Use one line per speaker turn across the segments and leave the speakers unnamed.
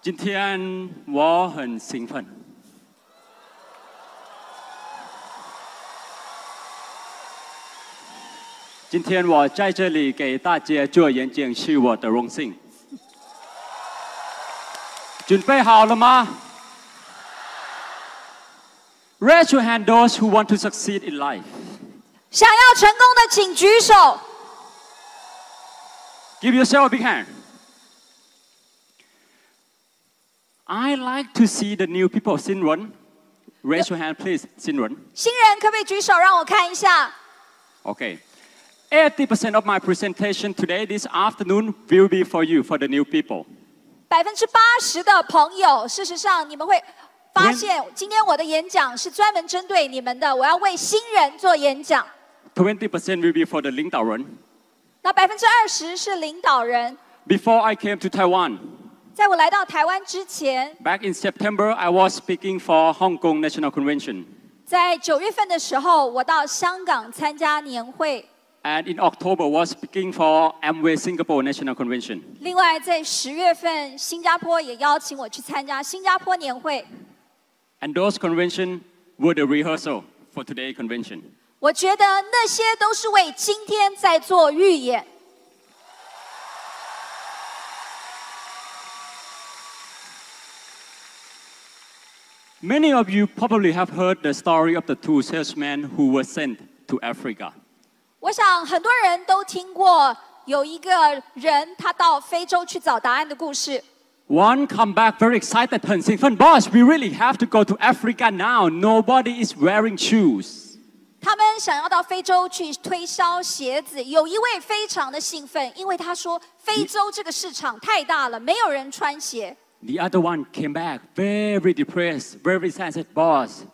今天我很兴奋，今天我在这里给大家做演讲是我的荣幸。准备好了吗？Raise your hand those who want to succeed in life。
想要成功的请举手，
Give yourself a big hand. I like to see the new people. Sinrun, raise your hand, please. Sinrun.
新人可不可以举手让我看一下？
Okay. 80% of my presentation today, this afternoon, will be for you, for the new people.
百分之八十的朋友，事实上你们会发现，今天我的演讲是专门针对你们的，我要为新人做演讲。
20% will be for the Lingdaorun.
那百分之二十是领导人。
Before I came to Taiwan,
在我来到台湾之前，
back in September, I was speaking for Hong Kong National Convention.
在九月份的时候，我到香港参加年会，
And in October, was speaking for Amway Singapore National Convention.
另外在十月份，新加坡也邀请我去参加新加坡年会。
And those conventions were the rehearsal for today's convention.
我觉得那些都是为今天在做预演。
Many of you probably have heard the story of the two salesmen who were sent to Africa.
我想很多人都听过有一个人他到非洲去找答案的故事。
One come back very excited and saying, "Fun boss, we really have to go to Africa now. Nobody is wearing shoes."
他们想要到非洲去推销鞋子，有一位非常的兴奋，因为他说非洲这个市场太大了，没有人穿鞋。
The other one came back very depressed, very sad, said, "Boss,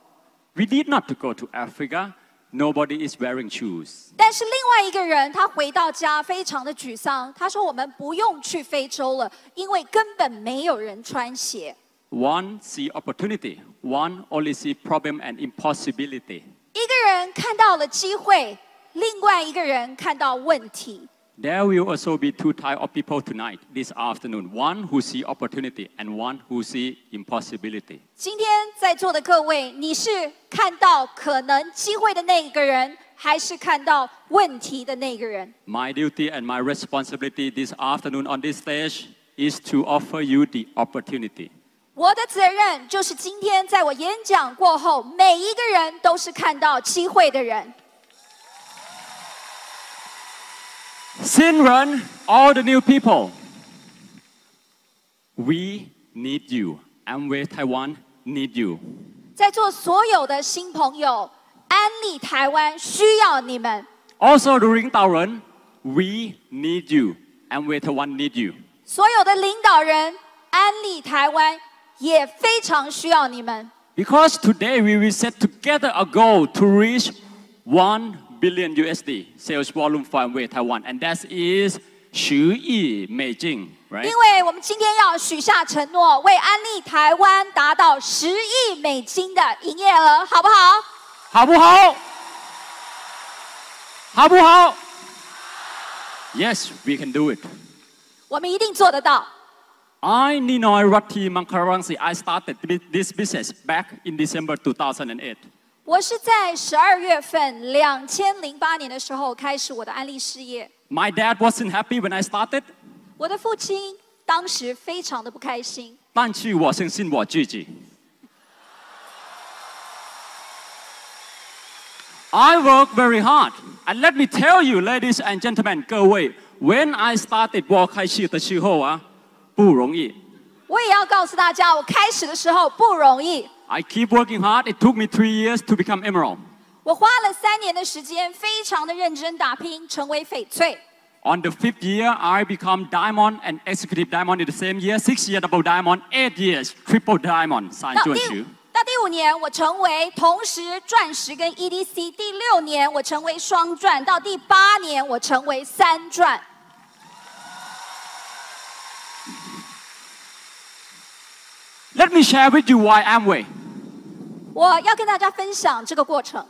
we need not to go to Africa. Nobody is wearing shoes."
但是另外一个人他回到家非常的沮丧，他说我们不用去非洲了，因为根本没有人穿鞋。
One see opportunity, one only see problem and impossibility.
一个人看到了机会，另外一个人看到问题。
There will also be two type of people tonight, this afternoon. One who see opportunity and one who see impossibility.
今天在座的各位，你是看到可能机会的那一个人，还是看到问题的那个人？
My duty and my responsibility this afternoon on this stage is to offer you the opportunity.
我的责任就是今天在我演讲过后，每一个人都是看到机会的人。
Sinrun, all the new people. We need you. Amway Taiwan need you.
在座所有的新朋友，安利台湾需要你们。
Also during Taurun, we need you. Amway Taiwan need you.
所有的领导人，安利台湾也非常需要你们。
Because today we will set together a goal to reach 1 billion USD sales volume for Amway Taiwan, and that is Xu Yi Meijing, right?
因为我们今天要许下承诺，为安利台湾达到十亿美金的营业额，好不好？
好不好？好不好？Yes, we can do it.
我们一定做得到。
I, Ninoy Ratti Mankarangsi, I started thi- this business back in December 2008.
我是在十二月份两千零八年的时候开始我的安利事业。
My dad wasn't happy when I started,
我的父亲当时非常的不开心，
但是我相信我自己。I work very hard. And let me tell you, ladies and gentlemen, 各位, when I started work 开始的时候啊，不容易。
我也要告诉大家，我开始的时候不容易，
I keep working hard. It took me three years to become emerald.
我花了三年的时间，非常的认真打拼，成为翡翠。
On the fifth year, I become diamond and executive diamond in the same year. Six year double diamond, eight years triple diamond.
到
Sanjuanxu.
第到第五年，我成为同时钻石跟 EDC；第六年，我成为双钻；到第八年，我成为三钻。
Let me share with you why Amway.
我要跟大家分享这个过程。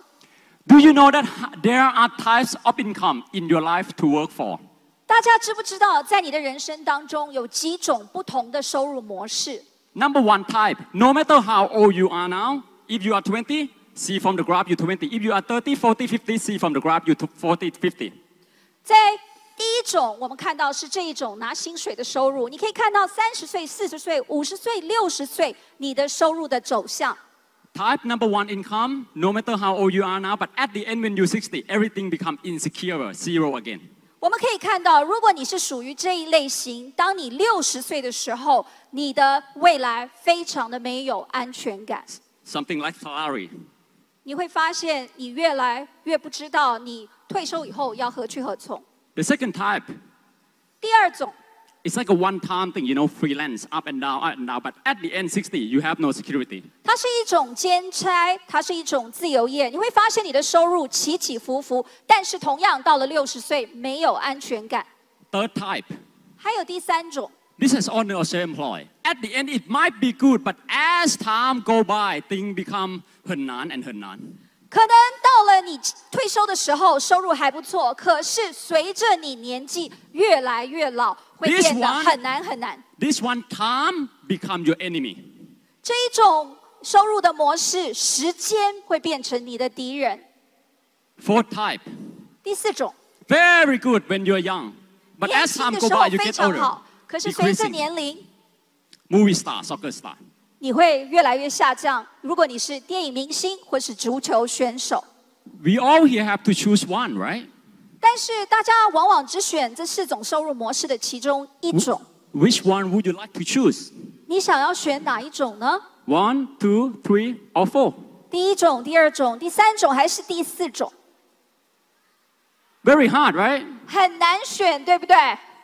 Do you know that there are types of income in your life to work for?
大家知不知道，在你的人生当中有几种不同的收入模式？
Number one type, no matter how old you are now, if you are 20, see from the graph you're 20. If you are 30, 40, 50, see from the graph you're 40, 50.
在第一种，我们看到是这一种拿薪水的收入，你可以看到三十岁、四十岁、五十岁、六十岁你的收入的走向。
Type number one income, no matter how old you are now, but at the end when you're 60, everything becomes insecure, zero again.
我们可以看到，如果你是属于这一类型，当你六十岁的时候，你的未来非常的没有安全感，
Something like salary.
你会发现你越来越不知道你退休以后要何去何从。
The second type,
第二种，
it's like a one-time thing, you know, freelance, up and down, up and down, but at the end 60, you have no security.
它是一种兼差，它是一种自由业。你会发现你的收入起起伏伏，但是同样到了六十岁没有安全感。
Third type,
还有第三种，
This is honor or self employed. At the end, it might be good, but as time go by, things become hernan and hernan.
可能到了你退休的时候收入还不错，可是随着你年纪越来越老，会
This
变得
one-
很难很难。
This one time become your enemy.
这一种收入的模式，时间会变成你的敌人。
Fourth type,
第四种，
very good when you're young, but
年
as
轻
time
的
go
时候
by, you
非
get
常
older.
好，可是随着年龄，
Movie star, soccer star.
你会越来越下降。如果你是电影明星或是足球选手，
We all here have to choose one, right?
但是大家往往只选这四种收入模式的其中一
嗯
种。
Which one would you like to choose?
你想要选哪一种呢？
One, two, three, or four?
第一种、第二种、第三种还是第四种？
Very hard, right?
很难选，对不对？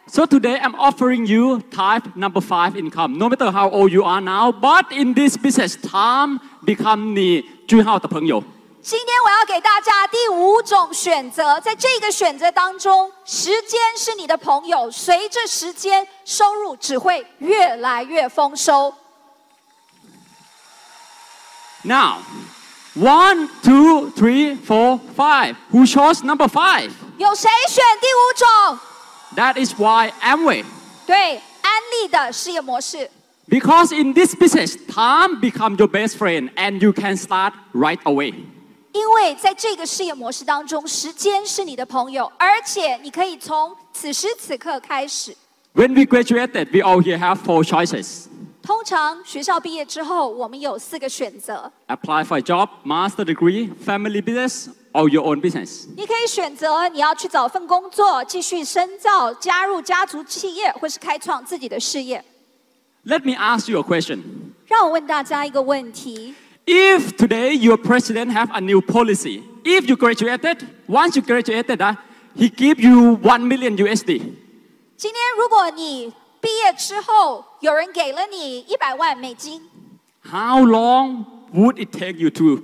So today I'm offering you type number five income. No matter how old you are now, but in this business, time become 你最好的朋友。
今天我要给大家第五种选择，在这个选择当中，时间是你的朋友，随着时间，收入只会越来越丰收。
Now, one, two, three, four, five. Who chose number five?
有谁选第五种？
That is why Amway.
对，安利的事业模式。
Because in this business, time become your best friend, and you can start right away.
因为在这个事业模式当中，时间是你的朋友，而且你可以从此时此刻开始。
When we graduated, we all here have four choices:
通常学校毕业之后，我们有四个选择：
apply for a job, master degree, family business, or your own business.
你可以选择你要去找份工作，继续深造，加入家族企业，或是开创自己的事业。
Let me ask you a question.
让我问大家一个问题：
If today your president have a new policy, if you graduated, once you graduated, uh, he give you 1 million USD.
今天如果你毕业之后，有人给了你一百万美金，
How long would it take you to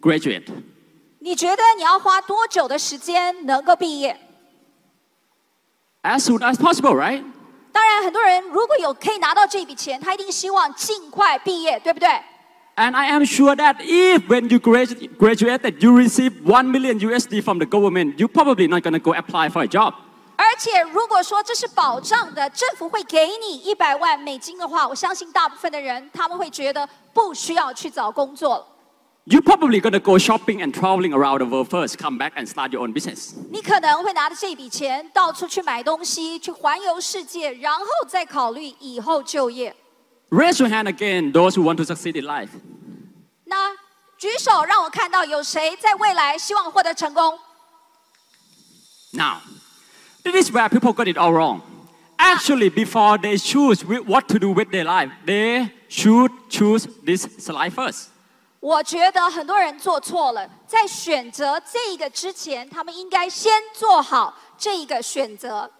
graduate?
你觉得你要花多久的时间能够毕业？
As soon as possible, right?
当然，很多人如果有可以拿到这笔钱，他一定希望尽快毕业，对不对？
And I am sure that if when you gradu- graduated, you receive 1 million USD from the government, you're probably not going to go apply for a job.
而且，如果说这是保障的，政府会给你一百万美金的话，我相信大部分的人他们会觉得不需要去找工作了。
You're probably going to go shopping and traveling around the world first, come back and start your own business.
你可能会拿着这笔钱到处去买东西，去环游世界，然后再考虑以后就业。
Raise your hand again, those who want to succeed in life.
那举手让我看到有谁在未来希望获得成功。
Now, this is where people got it all wrong. Actually, before they choose wi- what to do with their life, they should choose this slide first.
我觉得很多人做错了，在选择这一个之前，他们应该先做好这一个选择。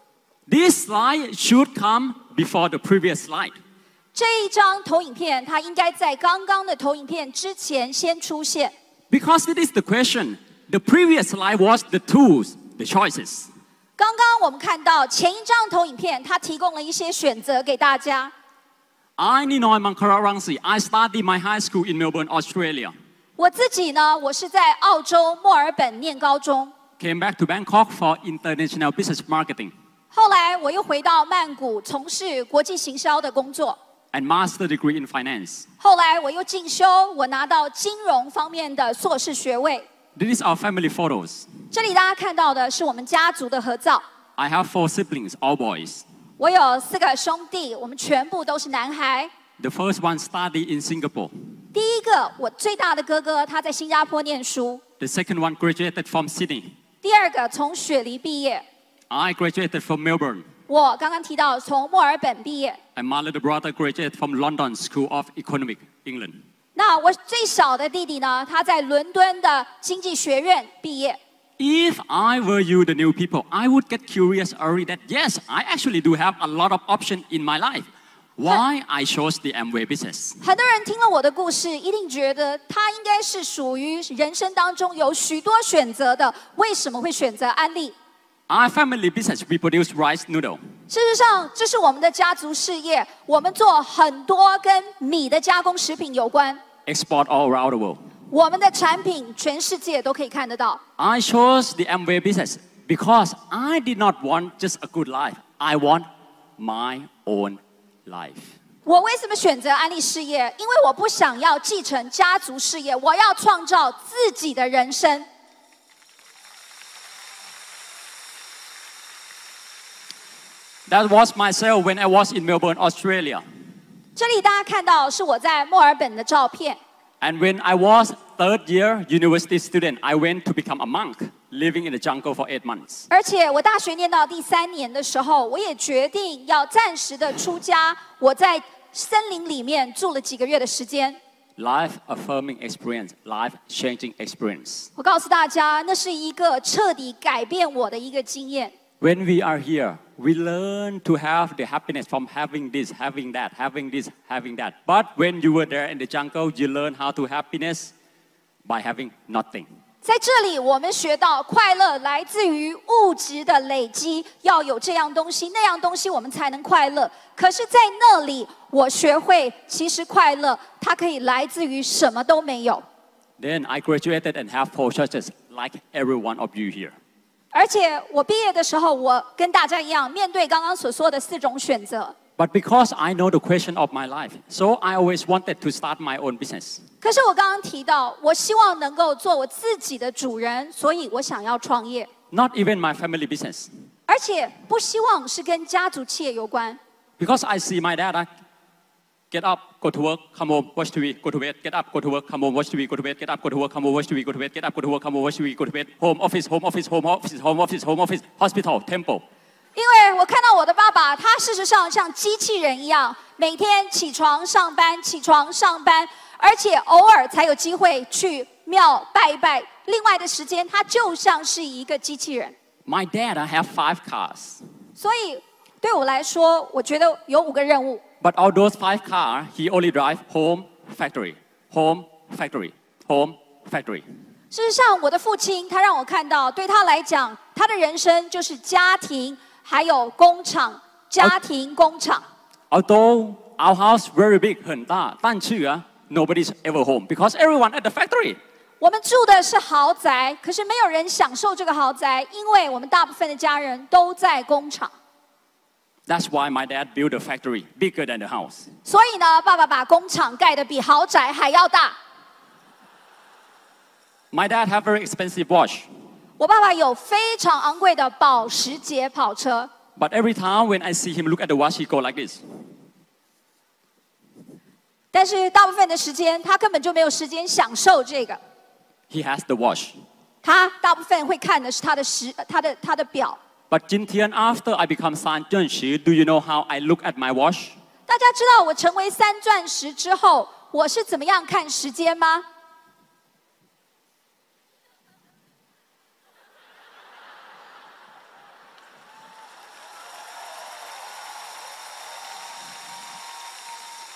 This slide should come before the previous slide.
这一张投影片，它应该在刚刚的投影片之前先出现，
Because it is the question. The previous slide was the tools, the choices.
刚刚我们看到前一张投影片，它提供了一些选择给大家。
I, Ninoy Mankararangsi, I studied my high school in Melbourne, Australia.
我自己呢，我是在澳洲墨尔本念高中，
Came back to Bangkok for international business marketing.
后来我又回到曼谷从事国际行销的工作。
and master degree in finance.
后来我又进修，我拿到金融方面的硕士学位。
These are family photos.
这里大家看到的是我们家族的合照。
I have four siblings, all boys.
我有四个兄弟，我们全部都是男孩。
The first one studied in Singapore.
第一个，我最大的哥哥，他在新加坡念书；
The second one graduated from Sydney.
第二个从雪梨毕业，
I graduated from Melbourne.
我刚刚提到从墨尔本毕业。
And my little brother graduated from London School of Economic, England.
那我最小的弟弟呢，他在伦敦的经济学院毕业。
If I were you, the new people, I would get curious early that yes, I actually do have a lot of options in my life. Why I chose the Amway business?
很多人听了我的故事，一定觉得他应该是属于人生当中有许多选择的，为什么会选择安利？
Our family business, we produce rice noodle.
事实上，这是我们的家族事业，我们做很多跟米的加工食品有关，
export all around the world.
我们的产品全世界都可以看得到。
I chose the Amway business because I did not want just a good life. I want my own life.
我为什么选择安利事业？因为我不想要继承家族事业，我要创造自己的人生。
That was myself when I was in Melbourne, Australia.
这里大家看到是我在墨尔本的照片。
And when I was third year university student, I went to become a monk, living in the jungle for eight months.
而且我大学念到第三年的时候，我也决定要暂时的出家。我在森林里面住了几个月的时间。
Life affirming experience, life changing experience.
我告诉大家，那是一个彻底改变我的一个经验。
When we are here, we learn to have the happiness from having this, having that, having this, having that. But when you were there in the jungle, you learn how to happiness by having nothing.
在这里，我们学到快乐来自于物质的累积，要有这样东西那样东西，我们才能快乐。可是，在那里，我学会其实快乐它可以来自于什么都没有。
Then I graduated and have four churches, like every one of you here.
而且我毕业的时候，我跟大家一样，面对刚刚所说的四种选择。
But because I know the question of my life, so I always wanted to start my own business.
可是我刚刚提到，我希望能够做我自己的主人，所以我想要创业，
Not even my family business.
而且不希望是跟家族企业有关。
Because I see my dad, I get up, go to work, come home, watch TV, go to bed, get up, go to work, come home, watch TV, go to bed, get up, go to work, come home, watch TV, go to bed, get up, go to work, come home, watch TV, go to bed, home office, home office, home office, home office, home office, hospital, temple.
因为我看到我的爸爸，他事实上像机器人一样，每天起床上班，起床上班，而且偶尔才有机会去庙拜一拜。另外的时间，他就像是一个机器人。
My dad, I have five cars.
所以对我来说，我觉得有五个任务。
But all those five cars, he only drive home, factory, home, factory, home, factory.
事实上，我的父亲他让我看到，对他来讲，他的人生就是家庭，还有工厂，家庭工厂。
Although our house very big, 很大,但是啊, nobody's ever home because everyone at the factory.
我们住的是豪宅，可是没有人享受这个豪宅，因为我们大部分的家人都在工厂。
That's why my dad built a factory bigger than the house.
所以呢，爸爸把工厂盖得比豪宅还要大。
My dad have very expensive watch,
我爸爸有非常昂贵的保时捷跑车，
but every time when I see him look at the watch, he go like this.
但是大部分的时间他根本就没有时间享受这个。
He has the watch.
他大部分会看的是他的时、他的他的表。
But Jin Tian, after I become San Jun Shi, do you know how I look at my watch?
大家知道我成为三钻石之后，我是怎么样看时间吗？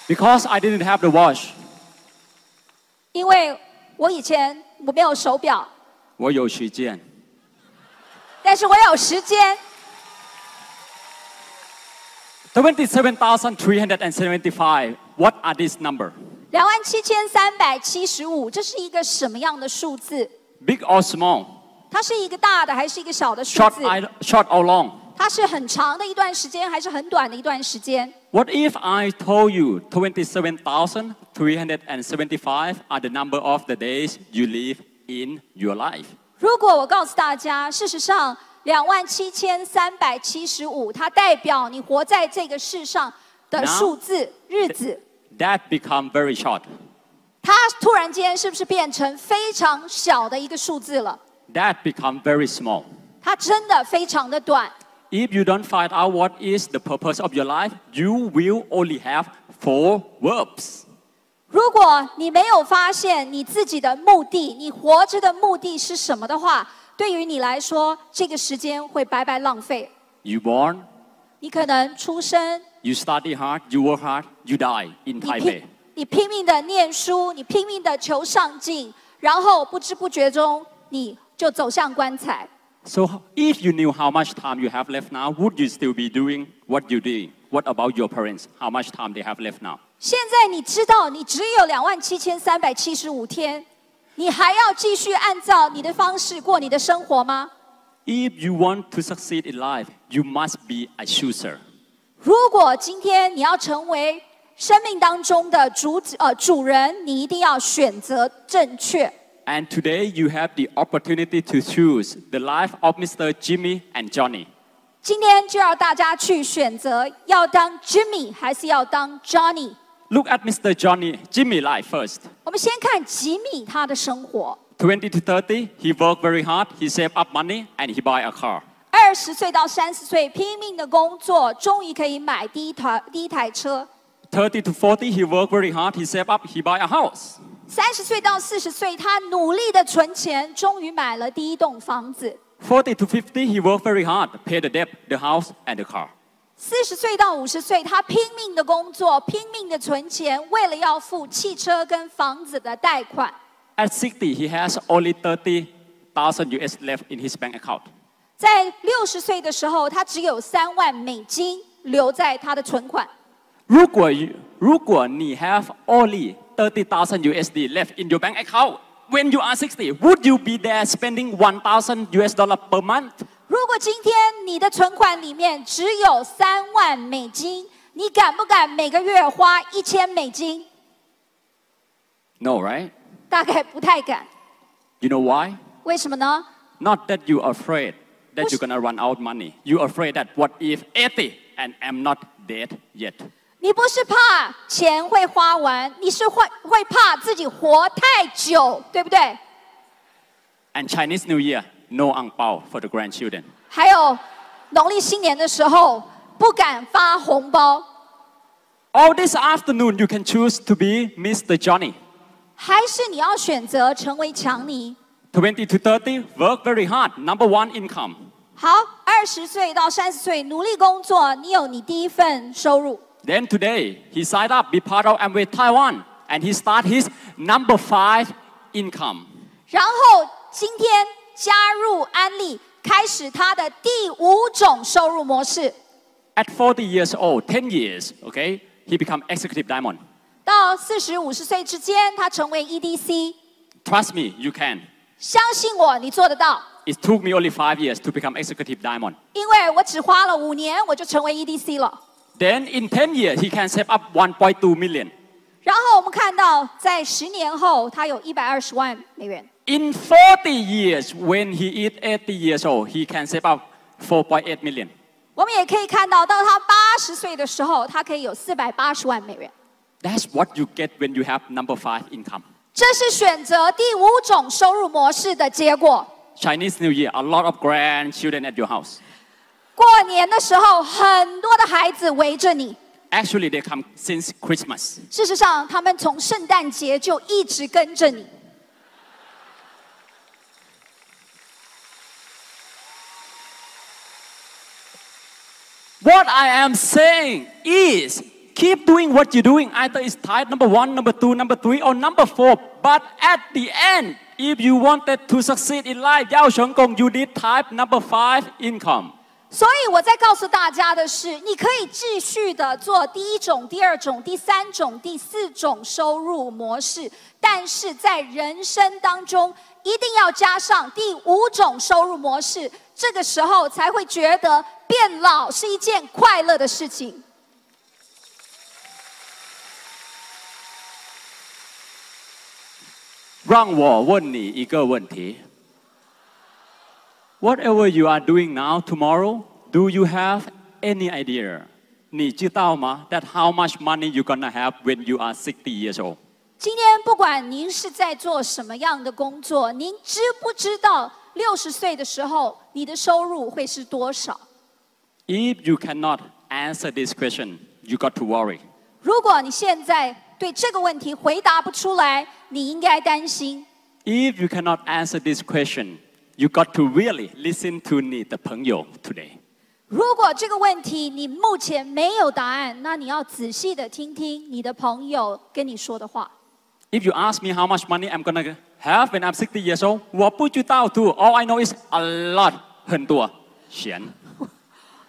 Because I didn't have the watch.
因为我以前我没有手表，
我有时间.
但是我有时间。
27,375. What are this number?
两万七千三百七十五，这是一个什么样的数字？
Big or small?
它是一个大的还是一个小的数
Short,
字？
I- short or long?
它是很长的一段时间，还是很短的一段时间？
What if I told you 27,375 are the number of the days you live in your life?
如果我告诉大家，事实上两万七千三百七十五，它代表你活在这个世上的
Now-
数字日子，
That become very short.
它突然间是不是变成非常小的一个数字了？
That become very small.
它真的非常的短。
If you don't find out what is the purpose of your life, you will only have four verbs.
如果你没有发现你自己的目的，你活着的目的是什么的话，对于你来说，这个时间会白白浪费。
You born,
你可能出生，
you study hard, you work hard, you die in
你
Taipei.
拼你拼命的念书，你拼命的求上进，然后不知不觉中你就走向棺材。
So if you knew how much time you have left now, would you still be doing what you're doing? What about your parents? How much time they have left now?
现在你知道你只有两万七千三百七十五天，你还要继续按照你的方式过你的生活吗？
If you want to succeed in life, you must be a chooser.
如果今天你要成为生命当中的主呃主人，你一定要选择正确。
And today you have the opportunity to choose the life of Mr. Jimmy and Johnny.
今天就要大家去选择，要当 Jimmy 还是要当 Johnny？
Look at Mr. Johnny, Jimmy life first.
我们先看吉米他的生活。
20 to 30, he worked very hard, he saved up money, and he buy a car.
二十岁到三十岁拼命的工作，终于可以买第一台第一台车。
30 to 40, he worked very hard, he saved up, he buy a house.
三十岁到四十岁，他努力的存钱，终于买了第一栋房子。
40 to 50, he worked very hard, pay the debt, the house, and the car.
四十岁到五十岁，他拼命的工作，拼命的存钱，为了要付汽车跟房子的贷款。
At 60, he has only 30,000 US left in his bank account.
在六十岁的时候，他只有三万美金留在他的存款。
如果如果你 have only thirty thousand USD left in your bank account when you are sixty, would you be there spending one thousand US dollar per month?
如果今天你的存款里面只有三万美金，你敢不敢每个月花一千美金？
No, right?
大概不太敢。
You know why?
为什么呢？
Not that you are afraid that
Who's-
you're gonna run out money. You are afraid that what if eighty and I'm not dead yet?
你不是怕钱会花完，你是会会怕自己活太久，对不对？
And Chinese New Year, no ang pao for the grandchildren.
还有农历新年的时候不敢发红包，
Or this afternoon, you can choose to be Mr. Johnny.
还是你要选择成为强尼？
20 to 30, work very hard, number one income.
好，二十岁到三十岁努力工作，你有你第一份收入。
Then today, he signed up, be part of Amway Taiwan, and he start his number five income.
然后今天加入安利，开始他的第五种收入模式。
At 40 years old, 10 years, okay, he become executive diamond.
到四十五十岁之间，他成为 EDC。
Trust me, you can.
相信我，你做得到，
It took me only five years to become executive diamond.
因为我只花了五年，我就成为 EDC 了。
Then in 10 years, he can save up 1.2 million.
然后我们看到，在十年后，他有一百二十万美元。
In 40 years, when he is 80 years old, he can save up 4.8 million.
我们也可以看到，到他八十岁的时候，他可以有四百八十万美元。
That's what you get when you have number five income.
这是选择第五种收入模式的结果。
Chinese New Year, a lot of grandchildren at your house.
过年的时候，很多的孩子围着你。
Actually, they come since Christmas.
事实上，他们从圣诞节就一直跟着你。
What I am saying is keep doing what you're doing, either it's tied number one, number two, number three, or number four. But at the end, if you wanted to succeed in life, Yao Sheng Gong, you did type number five income.
所以我在告诉大家的是，你可以继续的做第一种、第二种、第三种、第四种收入模式，但是在人生当中一定要加上第五种收入模式，这个时候才会觉得变老是一件快乐的事情。
让我问你一个问题：Whatever you are doing now, tomorrow, do you have any idea？你知道吗？That how much money you gonna have when you are sixty years old？
今天不管您是在做什么样的工作，您知不知道六十岁的时候你的收入会是多少？
If you cannot answer this question, you got to worry.
如果你现在对这个问题回答不出来，你应该担心。
If you cannot answer this question, you got to really listen to 你的朋友 today.
如果这个问题你目前没有答案，那你要仔细的听听你的朋友跟你说的话。
If you ask me how much money I'm gonna have when I'm 60 years old, 我不知道 too. All I know is a lot, 很多钱。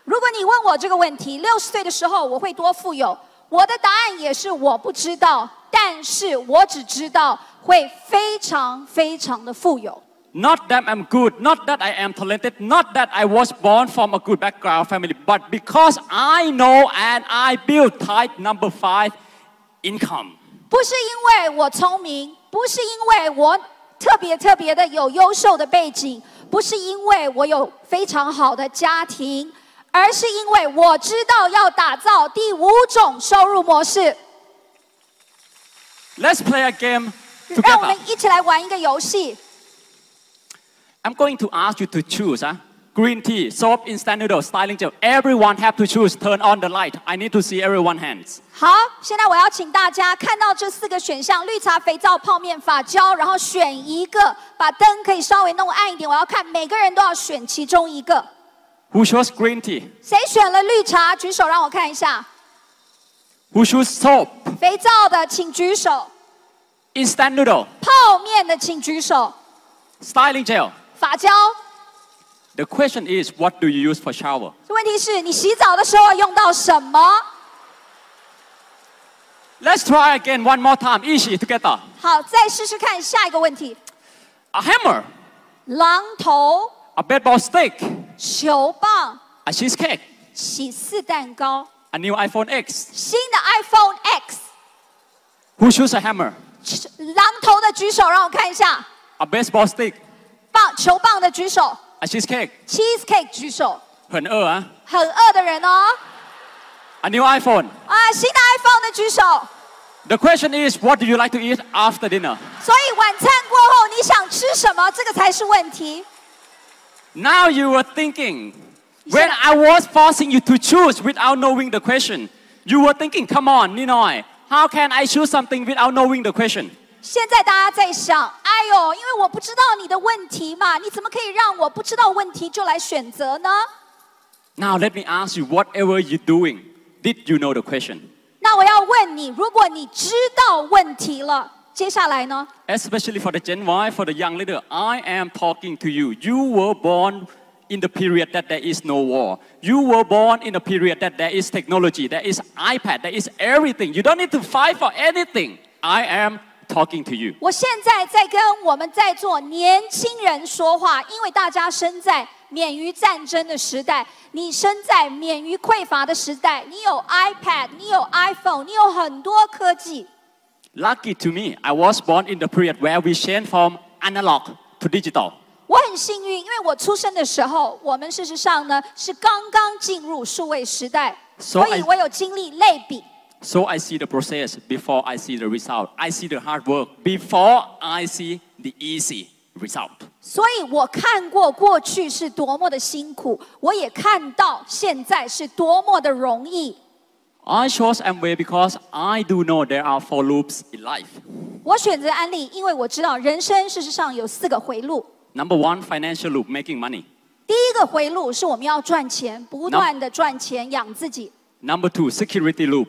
如果你问我这个问题，六十岁的时候我会多富有，我的答案也是我不知道，但是我只知道会非常非常的富有。
Not that I'm good, not that I am talented, not that I was born from a good background family, but because I know and I build type number five income.
不是因为我聪明，不是因为我特别特别的有优秀的背景，不是因为我有非常好的家庭，而是因为我知道要打造第五种收入模式。
Let's play a game
让
together.
我们一起来玩一个游戏，
I'm going to ask you to choose, huh? Green tea, soap, instant noodles, styling gel. Everyone have to choose. Turn on the light. I need to see everyone hands.
好，现在我要请大家看到这四个选项：绿茶、肥皂、泡面、发胶，然后选一个，把灯可以稍微弄暗一点。我要看每个人都要选其中一个。
Who chose green tea?
谁选了绿茶？举手让我看一下。
Who chose soap?
肥皂的请举手，
Instant noodle,
泡面的请举手，
styling gel.
发胶。
The question is, what do you use for shower?
问题是你洗澡的时候用到什么？
Let's try again one more time. Easy together.
好，再试试看下一个问题：
A hammer,
榔头、
a baseball stick,
球棒、
a cheesecake,
起司蛋糕、
a new iPhone X.
新的 iPhone X。
Who chose a hammer?
榔头的举手，让我看一下；
A baseball stick,
棒球棒的举手
a cheesecake.
；cheesecake 举手。
Hẳn ơ, huh?
很饿的人哦，
A new iPhone.
啊，新的 iPhone 的举手。
The question is, what do you like to eat after dinner?
所以晚餐过后你想吃什么，这个才是问题。
Now you were thinking, when I was forcing you to choose without knowing the question, you were thinking, come on, Ninoy, how can I choose something without knowing the question?
现在大家在想，哎呦，因为我不知道你的问题嘛，你怎么可以让我不知道问题就来选择呢？
Now let me ask you, whatever you're doing, did you know the question?
那我要问你，如果你知道问题了，接下来呢？
Especially for the Gen Y, for the young leader, I am talking to you. You were born in the period that there is no war. You were born in a period that there is technology, there is iPad, there is everything. You don't need to fight for anything. I am talking to you.
我现在在跟我们在座年轻人说话，因为大家身在免于战争的时代，你身在免于匮乏的时代，你有 iPad，你有 iPhone，你有很多科技。
Lucky to me, I was born in the period where we changed from analog to digital.
我很幸运，因为我出生的时候，我们事实上呢是刚刚进入数位时代，
So
所以
I-
我有经历类比。
So I see the process before I see the result. I see the hard work before I see the easy result.
所以我看过过去是多么的辛苦，我也看到现在是多么的容易。
I chose Amway because I do know there are four loops in life.
我选择安利，因为我知道人生事实上有四个回路。
Number one, financial loop, making money.
第一个回路是我们要赚钱，不断的赚钱养自己。
Number two, security loop.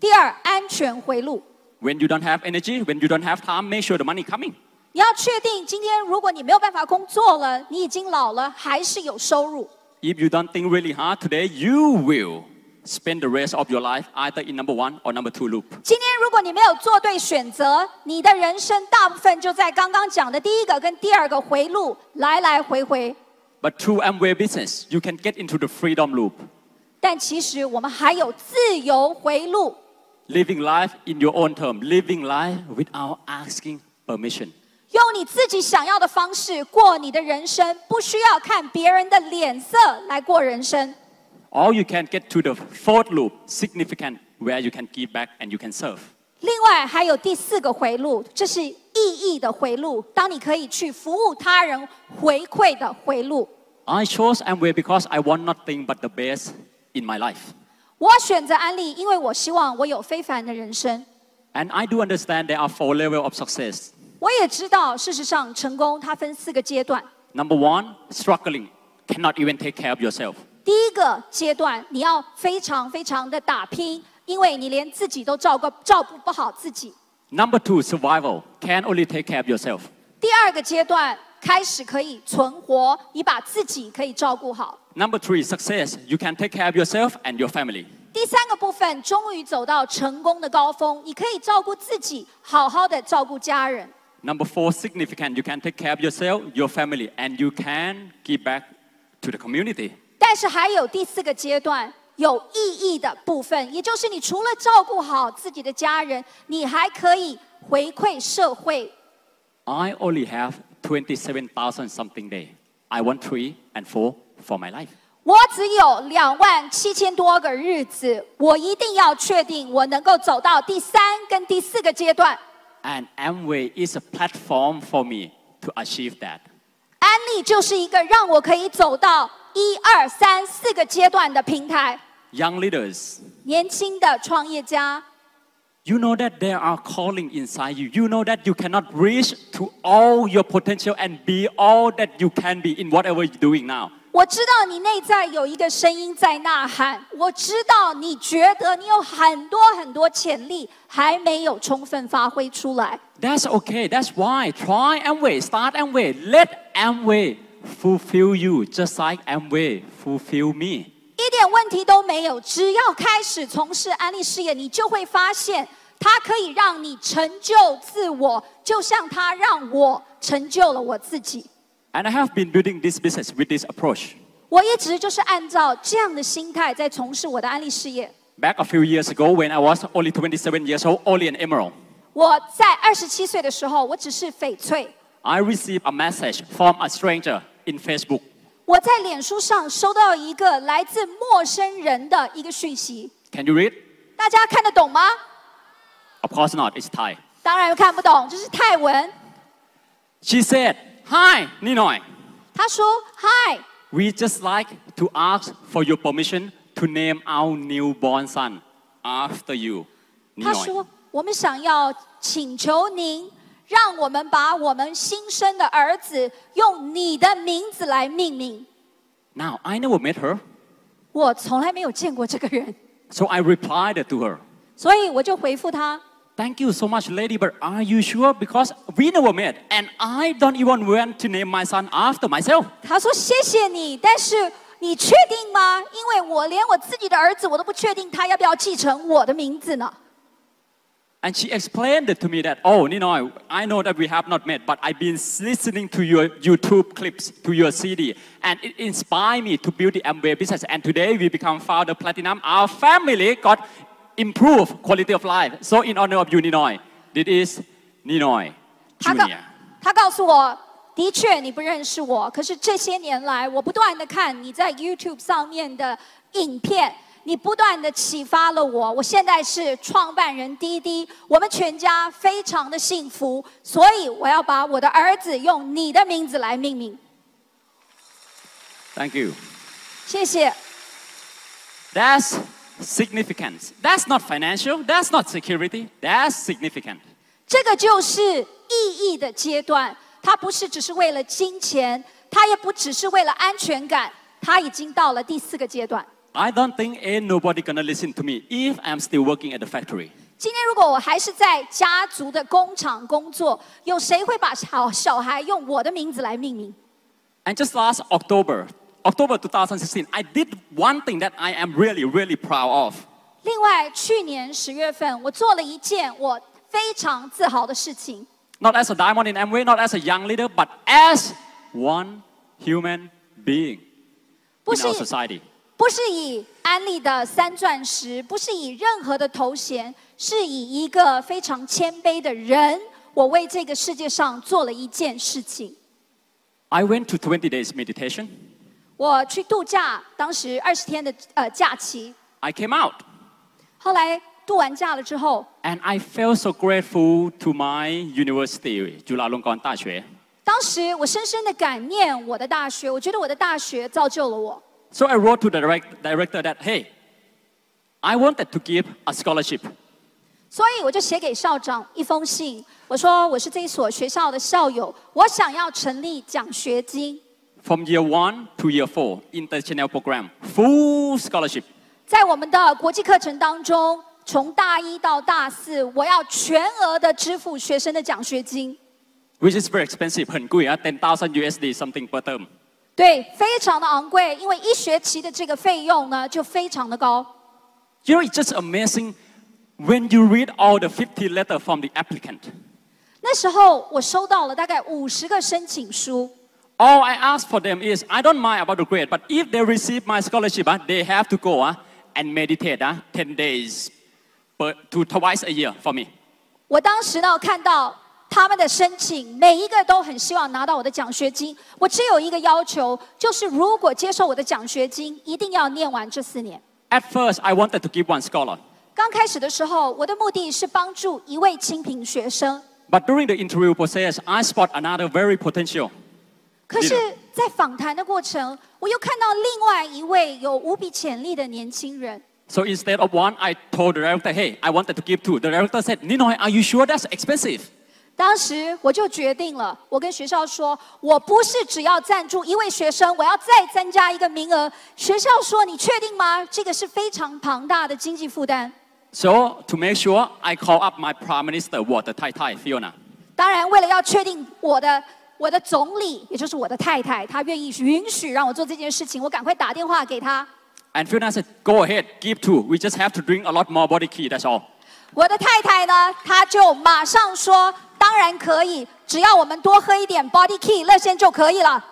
第二，安全回路，
When you don't have energy, when you don't have time, make sure the money coming.
你要确定今天如果你没有办法工作了，你已经老了，还是有收入。
If you don't think really hard today, you will spend the rest of your life either in number one or number two loop.
今天如果你没有做对选择，你的人生大部分就在刚刚讲的第一个跟第二个回路来来回回。
But through Amway business, you can get into the freedom loop,
但其实我们还有自由回路，
living life in your own term, living life without asking permission.
用你自己想要的方式过你的人生，不需要看别人的脸色来过人生。
Or you can get to the fourth loop, significant, where you can give back and you can serve.
另外还有第四个回路，这是意义的回路，当你可以去服务他人、回馈的回路。
I chose Amway because I want nothing but the best in my life.
我选择安利，因为我希望我有非凡的人生。
And I do understand there are four levels of success.
我也知道，事实上成功它分四个阶段。
Number one, struggling, cannot even take care of yourself.
第一个阶段，你要非常非常的打拼，因为你连自己都照顾照顾不好自己。
Number two, survival, can only take care of yourself.
第二个阶段开始可以存活，你把自己可以照顾好。
Number three, success, you can take care of yourself and your family.
第三个部分终于走到成功的高峰，你可以照顾自己，好好的照顾家人。
Number four, significant, you can take care of yourself, your family, and you can give back to the community.
但是还有第四个阶段，有意义的部分，也就是你除了照顾好自己的家人，你还可以回馈社会。
I only have 27,000 something day. I want three and four for my life.
我只有两万七千多个日子，我一定要确定我能够走到第三跟第四个阶段。
And Amway is a platform for me to achieve that.
安利就是一个让我可以走到一二三四个阶段的平台。
Young leaders,
年轻的创业家，
you know that there are calling inside you. You know that you cannot reach to all your potential and be all that you can be in whatever you're doing now.
我知道你内在有一个声音在呐喊，我知道你觉得你有很多很多潜力还没有充分发挥出来，
That's okay. That's why try Amway, start Amway, let Amway fulfill you just like Amway fulfill me.
一点问题都没有。只要开始从事安利事业，你就会发现，它可以让你成就自我，就像它让我成就了我自己。
And I have been building this business with this approach.
我一直就是按照这样的心态在从事我的安利事业。
Back a few years ago, when I was only 27 years old, only an emerald,
我在二十七岁的时候，我只是翡翠。
I received a message from a stranger in Facebook.
我在脸书上收到一个来自陌生人的一个讯息，
Can you read?
大家看得懂吗？
Of course not. It's Thai.
当然看不懂，这是泰文。
She said, "Hi, Ninoy.
他说：“嗨，
We just like to ask for your permission to name our newborn son after you,
他
Ninoy."
说我们想要请求您，让我们把我们新生的儿子用你的名字来命名。
Now I never met her,
我从来没有见过这个人，
so I replied to her,
所以我就回复他：
Thank you so much, lady, but are you sure? Because we never met, and I don't even want to name my son after myself.
他说谢谢你，但是你确定吗？因为我连我自己的儿子我都不确定他要不要继承我的名字呢。”
And she explained it to me that, oh, Ninoy, I know that we have not met, but I've been listening to your YouTube clips, to your CD, and it inspired me to build the Amway business. And today we become founder platinum. Our family got improved quality of life. So in honor of you, Ninoy, this is Ninoy
他告
Junior.
他告诉我，的确你不认识我，可是这些年来，我不断的看你在 YouTube 上面的影片，你不断的启发了我。我现在是创办人滴滴，我们全家非常的幸福，所以我要把我的儿子用你的名字来命名。
Thank you.
谢谢。
That's significance. That's not financial. That's not security. That's significant.
这个就是意义的阶段，它不是只是为了金钱，它也不只是为了安全感，它已经到了第四个阶段。
I don't think ain't nobody gonna listen to me if I'm still working at the factory.
今天如果我还是在家族的工厂工作，有谁会把小小孩用我的名字来命名？
And just last October, October 2016, I did one thing that I am really, really proud of.
另外，去年十月份，我做了一件我非常自豪的事情，
Not as a diamond in Amway, not as a young leader, but as one human being
不
in
是
our society.
不是以安利的三钻石，不是以任何的头衔，是以一个非常谦卑的人，我为这个世界上做了一件事情。
I went to 20 days meditation.
我去度假，当时二十天的呃假期，
I came out
后来度完假了之后，
and I felt so grateful to my university, Chulalongkorn 大学.
当时我深深的感念我的大学，我觉得我的大学造就了我，
So I wrote to the direct, director that, hey, I wanted to give a scholarship.
所以我就写给校长一封信，我说我是这一所学校的校友，我想要成立奖学金，
From year one to year four, international program, full scholarship.
在我们的国际课程当中，从大一到大四，我要全额的支付学生的奖学金，
which is very expensive, 很贵啊, 10,000 USD something per term.
对，非常的昂贵，因为一学期的这个费用呢就非常的高。
You know, it's just amazing when you read all the 50 letter from the applicant.
那时候我收到了大概五十个申请书，
All I ask for them is, I don't mind about the grade, but if they receive my scholarship, ah, they have to go ah, and meditate ah, 10 days per, to twice a year for me.
我当时呢看到他们的申请，每一个都很希望拿到我的奖学金。我只有一个要求，就是如果接受我的奖学金，一定要念完这四年。
At first, I wanted to give one scholar,
刚开始的时候，我的目的是帮助一位清贫学生，
but during the interview process, I spot another very potential.
可是
是，
在访谈的过程，我又看到另外一位有无比潜力的年轻人。
So instead of one, I told the director, hey, I wanted to give two. The director said, Ninoy, are you sure that's expensive?
当时我就决定了，我跟学校说，我不是只要赞助一位学生，我要再增加一个名额。学校说：“你确定吗？这个是非常庞大的经济负担。
So to make sure, I call up my prime minister, what the Tai Tai Fiona. ”
当然，为了要确定我的我的总理，也就是我的太太，她愿意允许让我做这件事情，我赶快打电话给她。
And Fiona said, go ahead, give two. We just have to drink a lot more body key, that's all.
我的太太呢，她就马上说：“当然可以，只要我们多喝一点 Body Key 热线就可以了。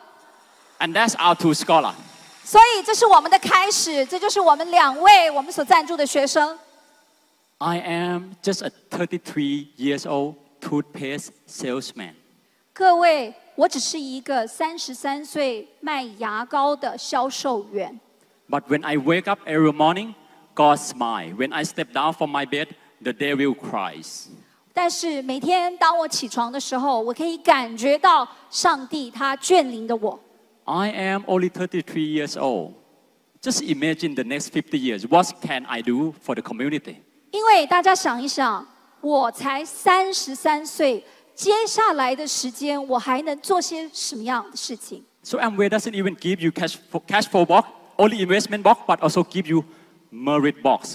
And that's our two scholar. ”
所以这是我们的开始，这就是我们两位我们所赞助的学生。
I am just a 33 years old toothpaste salesman.
各位，我只是一个三十三岁卖牙膏的销售员。
But when I wake up every morning, God smile. When I step down from my bed, the devil cries.
但是每天当我起床的时候，我可以感觉到上帝他眷临的我。
I am only 33 years old. Just imagine the next 50 years. What can I do for the community?
因为大家想一想，我才三十三岁，接下来的时间我还能做些什么样的事情？
So Amway doesn't even give you cash for, cash for box, only investment box, but also give you merit box.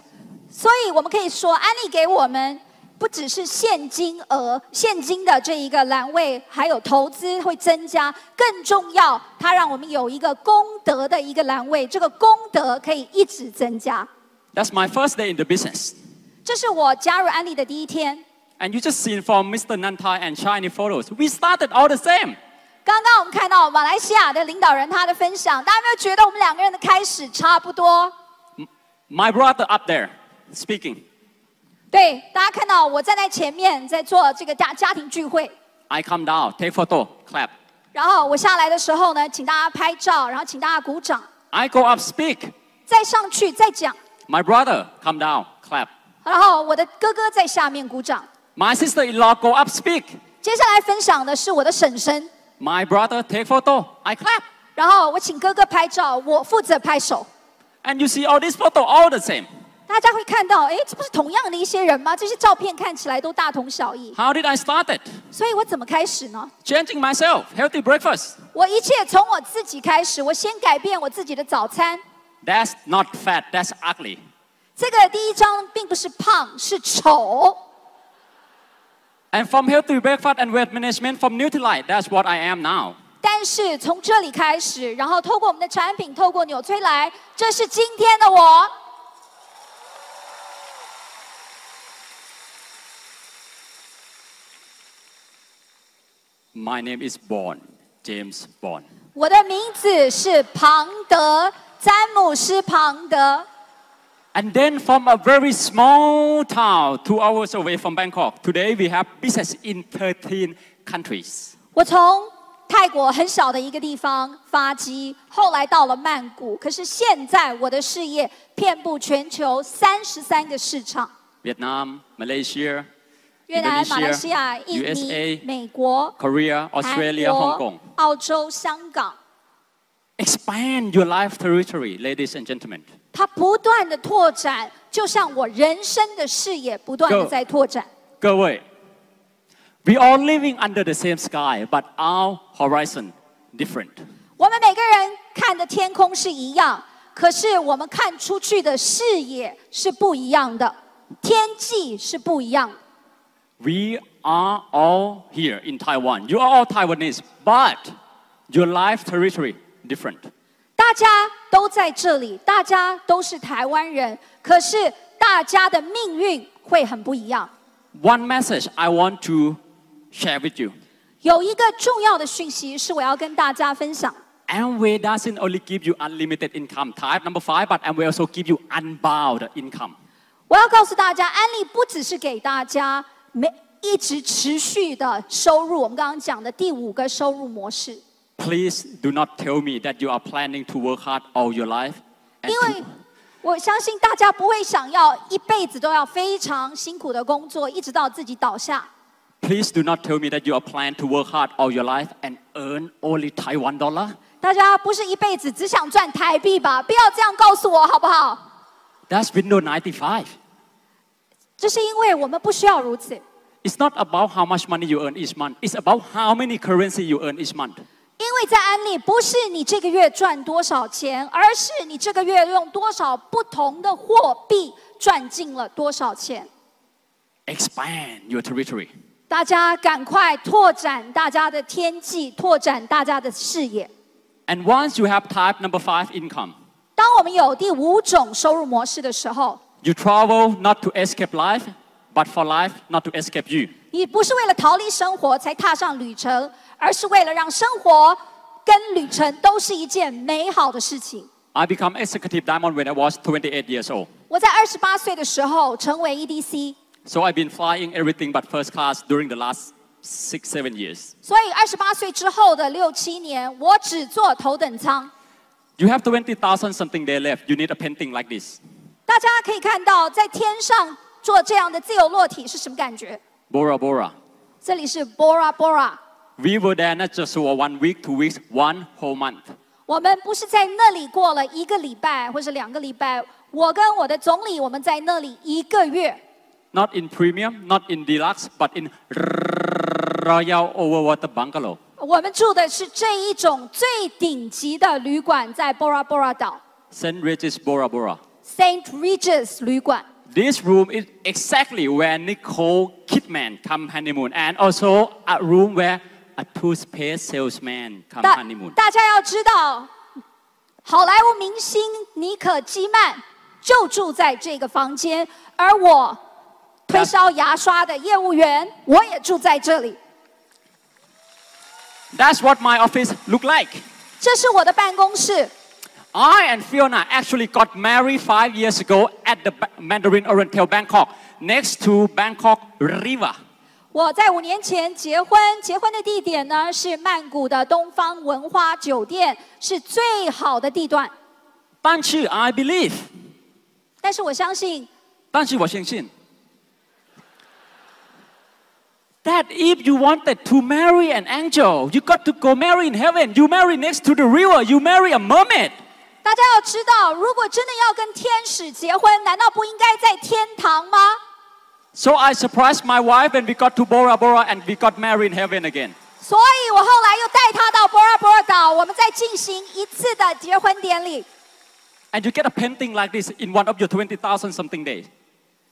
所以我们可以说，安利给我们不只是现金额、现金的这一个栏位，还有投资会增加。更重要，它让我们有一个功德的一个栏位，这个功德可以一直增加。
That's my first day in the business.
这是我加入安利的第一天。
And you just seen from Mr. Nantai and Shiny photos. We started all the same.
刚刚我们看到马来西亚的领导人他的分享，大家有没有觉得我们两个人的开始差不多？
My brother up there speaking.
对，大家看到我站在前面，在做这个家家庭聚会。
I come down, take photo, clap.
然后我下来的时候呢，请大家拍照，然后请大家鼓掌，
I go up, speak.
再上去再讲。
My brother come down, clap.
然后我的哥哥在下面鼓掌。
My sister-in-law go up, speak.
接下来分享的是我的婶婶，
My brother take photo, I clap.
然后我请哥哥拍照，我负责拍手。
And you see all this photo all the same.
大家会看到，哎，这不是同样的一些人吗？这些照片看起来都大同小异，
How did I start it?
所以我怎么开始呢？
Changing myself, healthy breakfast.
我一切从我自己开始，我先改变我自己的早餐。
That's not fat, that's ugly.
这个第一章并不是胖，是丑。
And from healthy breakfast and weight management from Nutrilite, that's what I am now.
但是从这里开始，然后透过我们的产品，透过纽崔莱，这是今天的我。
My name is Bond, James Bond.
我的名字是庞德，詹姆斯·庞德。
And then from a very small town, two hours away from Bangkok, today we have business in 13 countries.
我从泰国很小的一个地方发迹，后来到了曼谷，可是现在我的事业遍布全球三十三个市场：
Vietnam, Malaysia,
越南、马来西亚、印
USA
尼、美国、
Korea,
韩
Australia, Hong
国
Kong.、
澳洲、香港。
Expand your life territory, ladies and gentlemen.
它不断的拓展，就像我人生的视野不断的
Go
在拓展。
Go away. We all living under the same sky, but our horizon different.
我们每个人看的天空是一样，可是我们看出去的视野是不一样的，天际是不一样的。
We are all here in Taiwan. You are all Taiwanese, but your life territory different.
大家都在这里，大家都是台湾人，可是大家的命运会很不一样。
One message I want to share with you.
有一个重要的讯息是我要跟大家分享。
Amway doesn't only give you unlimited income, type number five, but Amway also give you unbound income.
我要告诉大家，安利不只是给大家每一直持续的收入，我们刚刚讲的第五个收入模式。
Please do not tell me that you are planning to work hard all your life. and
因
to-
为我相信大家不会想要一辈子都要非常辛苦的工作，一直到自己倒下。
Please do not tell me that you are planning to work hard all your life and earn only Taiwan dollar.
大家不是一辈子只想赚台币吧？不要这样告诉我好不好？
That's window 95.
这是因为我们不需要如此，
It's not about how much money you earn each month. It's about how many currency you earn each month.
因为在安利不是你这个月赚多少钱，而是你这个月用多少不同的货币赚进了多少钱。
Expand your territory.
大家赶快拓展大家的天际，拓展大家的视野。
And once you have type number five income,
当我们有第五种收入模式的时候，
you travel not to escape life, but for life not to escape you.
你不是为了逃离生活才踏上旅程，而是为了让生活跟旅程都是一件美好的事情。
I become executive diamond when I was 28 years old.
我在二十八岁的时候成为 E EDC，
So I've been flying everything but first class during the last six, seven years.
所以二十八岁之后的六七年，我只坐头等舱。
You have 20,000 something day left. You need a painting like this.
大家可以看到，在天上做这样的自由落体是什么感觉？
Bora Bora.
这里是 Bora Bora，
We were there not just for one week, two weeks, one whole month.
我们不是在那里过了一个礼拜或是两个礼拜，我跟我的总理，我们在那里一个月。
Not in premium, not in deluxe, but in Royal Overwater Bungalow.
我们住的是这一种最顶级的旅馆，在 Bora Bora 岛
St. Regis Bora Bora.
Saint Regis 旅馆。
This room is exactly where Nicole Kidman come honeymoon, and also a room where a toothpaste salesman come
大
honeymoon.
大家要知道，好莱坞明星妮可基曼就住在这个房间，而我推销牙刷的业务员，我也住在这里。
That's what my office look like.
这是我的办公室。
I and Fiona actually got married five years ago at the Ba- Mandarin Oriental Bangkok, next to Bangkok River.
我在五年前结婚，结婚的地点呢是曼谷的东方文华酒店，是最好的地段。
但是 I believe
但是我相信
但是我相信 that if you wanted to marry an angel, you got to go marry in heaven. You marry next to the river. You marry a mermaid.
大家要知道，如果真的要跟天使结婚，难道不应该在天堂吗？
So I surprised my wife, and we got to Bora Bora, and we got married in heaven again.
所以我后来又带他到博尔博尔岛，我们再进行一次的结婚典礼。
And you get a painting like this in one of your twenty thousand something days.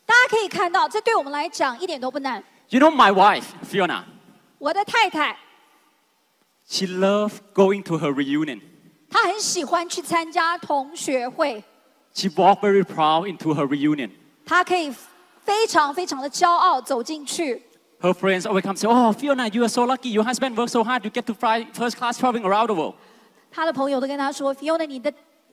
大家可以看到，这对我们来讲一点都不难。
You know my wife Fiona.
我的太太，
She loved going to her reunion.
她很喜欢去参加同学会，
She walked very proud into her reunion.
她可以非常非常的骄傲走进去。
Her friends always come say, "Oh, Fiona, you are so lucky. Your husband worked so hard. You get to fly first class traveling around the world."
她的朋友都跟她说：“Fiona，你的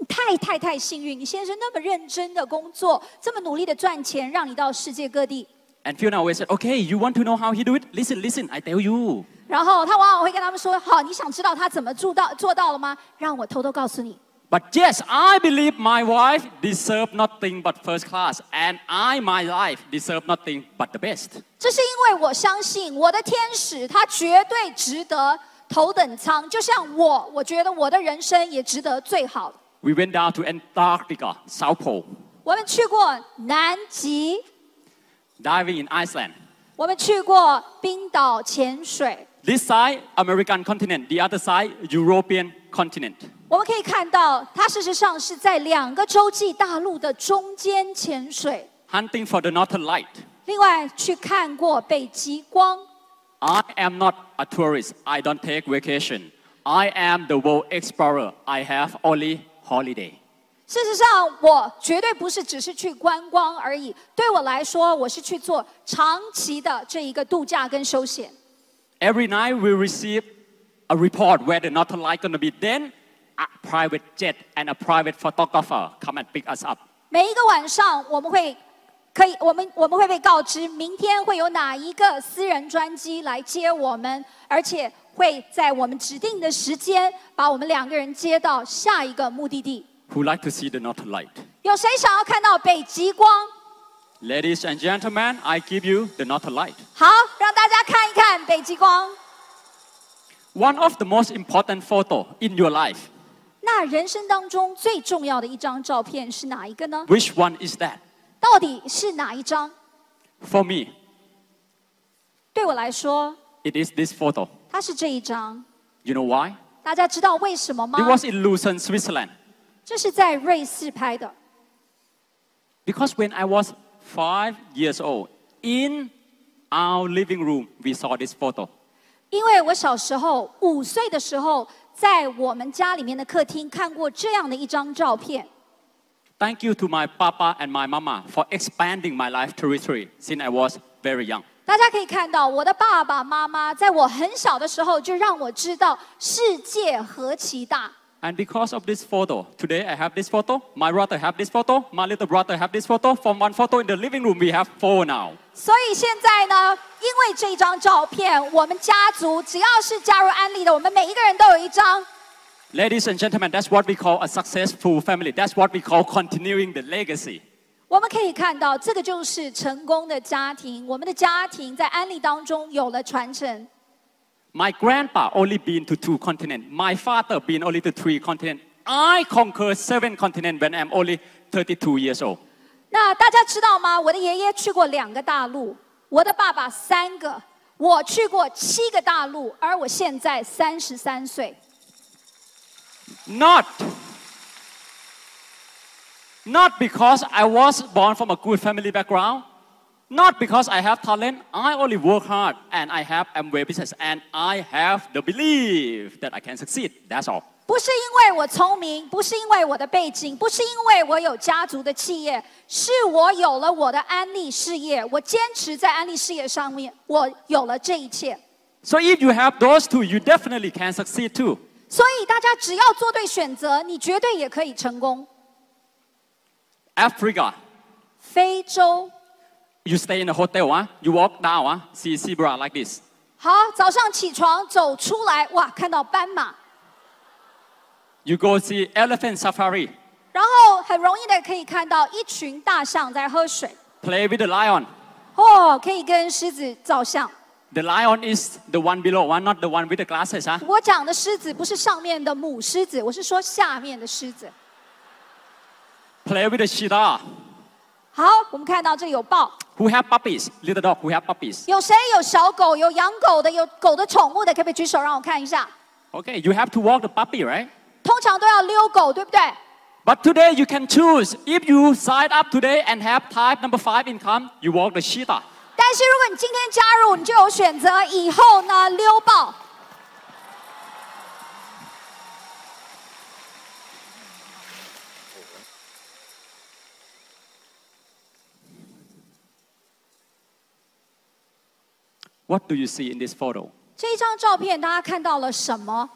太太太幸运，你先生那么认真的工作，这么努力的赚钱，让你到世界各地。
And Fiona always said, "Okay, you want to know how he do it? Listen, listen. I tell you." ”
然后她往往会跟他们说：“好，你想知道他怎么做到做到了吗？让我偷偷告诉你，
But yes, I believe my wife deserve nothing but first class, and I, my life, deserve nothing but the best.
这是因为我相信我的天使，他绝对值得头等舱，就像我，我觉得我的人生也值得最好。
We went down to Antarctica, South Pole,
我们去过南极，
diving in Iceland.
我们去过冰岛潜水，
This side, American continent. The other side, European continent.
我们可以看到，它事实上是在两个洲际大陆的中间潜水。
Hunting for the Northern Light.
另外，去看过北极光。
I am not a tourist. I don't take vacation. I am the world explorer. I have only holiday.
事实上，我绝对不是只是去观光而已。对我来说，我是去做长期的这一个度假跟休闲。
Every night we receive a report where the Northern Light gonna be. Then a private jet and a private photographer come and pick us up.
每一个晚上，我们会可以，我们我们会被告知明天会有哪一个私人专机来接我们，而且会在我们指定的时间把我们两个人接到下一个目的地。
Who like to see the Northern Light?
有谁想要看到北极光？
Ladies and gentlemen, I give you the Northern Light.
好，让大家看一看北极光。
One of the most important photo in your life.
那人生当中最重要的一张照片是哪一个呢？
Which one is that?
到底是哪一张？
For me,
对我来说，
it is this photo.
它是这一张。
You know why?
大家知道为什么吗
It？was in Lucerne, Switzerland.
这是在瑞士拍的。
Because when I was five years old, in our living room, we saw this photo.
因为我小时候五岁的时候，在我们家里面的客厅看过这样的一张照片。
Thank you to my papa and my mama for expanding my life territory since I was very young.
大家可以看到，我的爸爸妈妈在我很小的时候就让我知道世界何其大。
And because of this photo, today I have this photo, my brother have this photo, my little brother have this photo. From one photo in the living room, we have four now.
所以现在呢，因为这张照片，我们家族只要是加入安利的，我们每一个人都有一张。
Ladies and gentlemen, that's what we call a successful family. That's what we call continuing the legacy.
我们可以看到，这个就是成功的家庭。我们的家庭在安利当中有了传承。
My grandpa only been to two continents. My father been only to three continents. I conquered seven continents when I'm only 32 years old.
那大家知道吗？我的爷爷去过两个大陆，我的爸爸三个，我去过七个大陆，而我现在三十三岁。
Not, not because I was born from a good family background. Not because I have talent. I only work hard and I have Amway business and I have the belief that I can succeed. That's all.
不是因为我聪明，不是因为我的背景，不是因为我有家族的企业，是我有了我的安利事业，我坚持在安利事业上面，我有了这一切。
So if you have those two, you definitely can succeed too.
所以大家只要做对选择，你绝对也可以成功。
Africa,
非洲，
you stay in a hotel, huh? you walk down, huh? see zebra like this.
好，早上起床走出来，哇，看到斑马，
You go see elephant safari,
然后很容易的可以看到一群大象在喝水，
play with the lion.
哦，可以跟狮子照相。
The lion is the one below, one not the one with the glasses, ah. huh?
我讲的狮子不是上面的母狮子，我是说下面的狮子。
Play with the cheetah.
好，我们看到这里有豹，
Who have puppies? Little dog who have puppies.
有谁有小狗、有养狗的、有狗的宠物的，可不可以举手让我看一下？
Okay, you have to walk the puppy, right?
通常都要遛狗，对不对？
But today you can choose. If you sign up today and have type number five income, you walk the cheetah.
但是如果你今天加入，你就有选择，以后呢溜豹。
What do you see in this photo?
这一张照片大家看到了什么？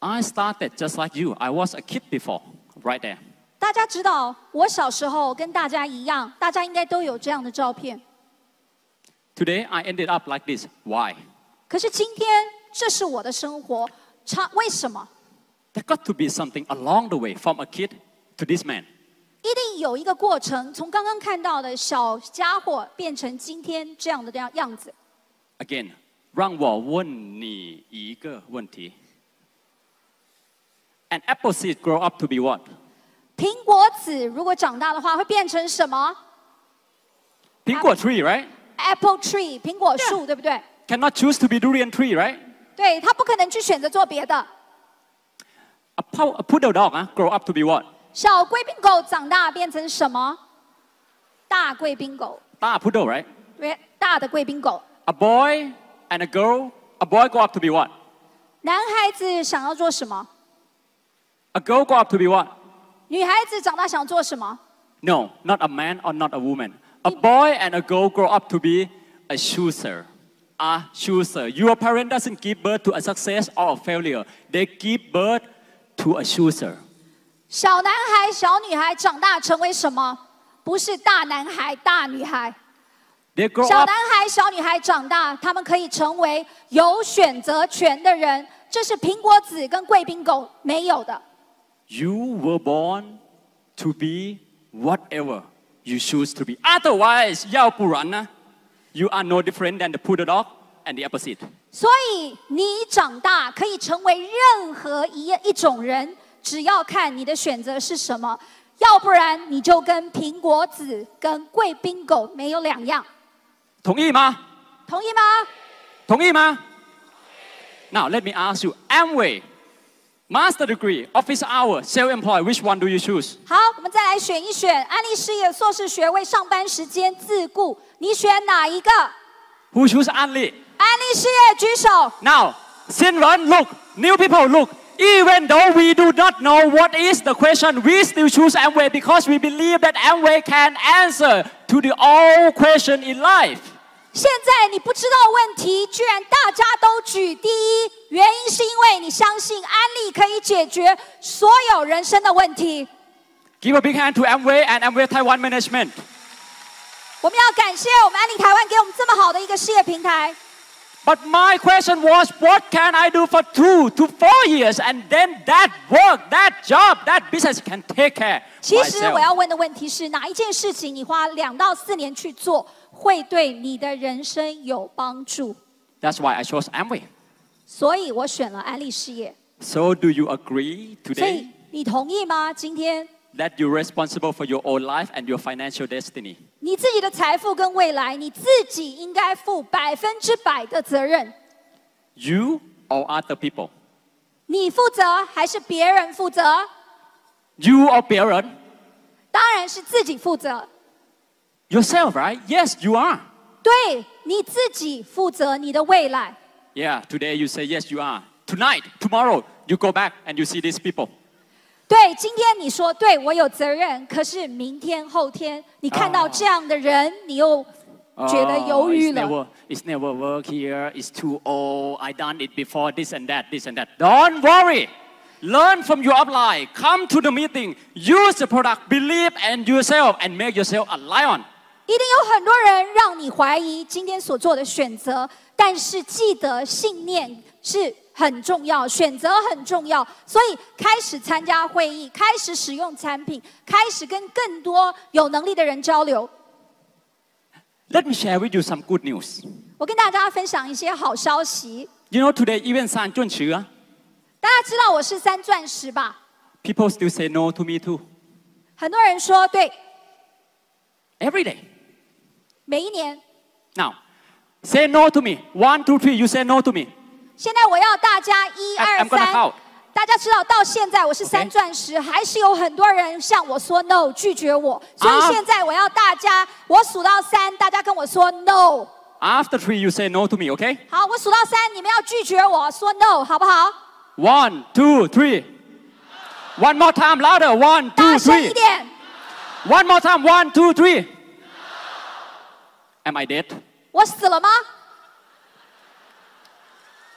I started just like you. I was a kid before, right there.
大家知道，我小时候跟大家一样，大家应该都有这样的照片。
Today I ended up like this. Why?
可是今天，这是我的生活，差为什么？
There got to be something along the way from a kid to this man.
一定有一个过程，从刚刚看到的小家伙变成今天这样的样样子。
Again, 让我问你一个问题. An apple seed grow up to be what?
苹果籽如果长大的话，会变成什么
苹果 tree, right?
？Apple tree，苹果树，对不对？
Cannot choose to be durian tree, right?
对，它不可能去选择做别的。
A, pow- a poodle dog huh, grow up to be what?
小贵宾狗长大变成什么？大贵宾狗，
Da poodle, right?
对，大的贵宾狗。
A boy and a girl. A boy grow up to be what?
男孩子想要做什么？
A girl grow up to be what?
女孩子长大想做什么？
No, not a man or not a woman. A boy and a girl grow up to be a chooser. A chooser. Your parent doesn't give birth to a success or a failure. They give birth to a chooser.
小男孩、小女孩长大成为什么？不是大男孩、大女孩。
They grow
小
up.
男孩、小女孩长大，他们可以成为有选择权的人，这是苹果子跟贵宾狗没有的。
You were born to be whatever you choose to be. Otherwise, 要不然呢, you are no different than the poodle dog and the apple seed.
所以你长大可以成为任何一一种人，只要看你的选择是什么，要不然你就跟苹果子跟贵宾狗没有两样，
同意吗?
同意吗？
同意吗? Now let me ask you, Amway, master degree, office hour, self-employed, which one do you choose?
好，我们再来选一选安利事业硕士学位、上班时间、自雇，你选哪一个？安
Who choose Anli?
利事业举手。
Now, Sinran, look, new people, look. Even though we do not know what is the question, we still choose Amway because we believe that Amway can answer to the all question in life.
现在你不知道问题，居然大家都举第一，原因是因为你相信安利可以解决所有人生的问题。
Give a big hand to Amway and Amway Taiwan Management.
我们要感谢我们安利台湾给我们这么好的一个事业平台。
But my question was, what can I do for two to four years, and then that work, that job, that business can take care
其实我要
myself.
问的问题是，哪一件事情你花两到四年去做，会对你的人生有帮助？
That's why I chose Amway.
所以我选了安利事业。
So do you agree
所以
today
你同意吗？今天
that you're responsible for your own life and your financial destiny?
你自己的财富跟未来，你自己应该负百分之百的责任。
You or other people?
你负责还是别人负责？
You or parent?
当然是自己负责。
Yourself, right? Yes, you are.
对，你自己负责你的未来。
Yeah, today you say yes, you are. Tonight, tomorrow, you go back and you see these people.
对，今天你说对我有责任，可是明天、后天你看到这样的人，你又 觉得
Oh,
犹
it's
豫了。
never, it's never work here. It's too old. I done it before. This and that. This and that. Don't worry. Learn from your upline. Come to the meeting. Use the product. Believe in yourself and make yourself a lion.
一定有很多人让你怀疑今天所做的选择，但是记得信念是很重要，选择很重要。所以开始参加会议，开始使用产品，开始跟更多有能力的人交流。
Let me share with you some good news.
我跟大家分享一些好消息。
You know today even San Chun Chu, ah,
大家知道我是三钻石吧？
people still say no to me too.
很多人说对，
Every day.
每一年。
Now, say no to me. One, two, three. You say no to me.
现在我要大家一
I-
二
I'm gonna
三
count.，
大家知道到现在我是
Okay.
三钻石，还是有很多人向我说 no 拒绝我，所以
啊
现在我要大家，我数到三，大家跟我说 no。
After three, you say no to me. Okay.
好，我数到三，你们要拒绝我说 no，好不好？
One, two, three. One more time, louder. One,
大
two,
声一
three.
点。
One more time. One, two, three. Am I dead?
我死了吗？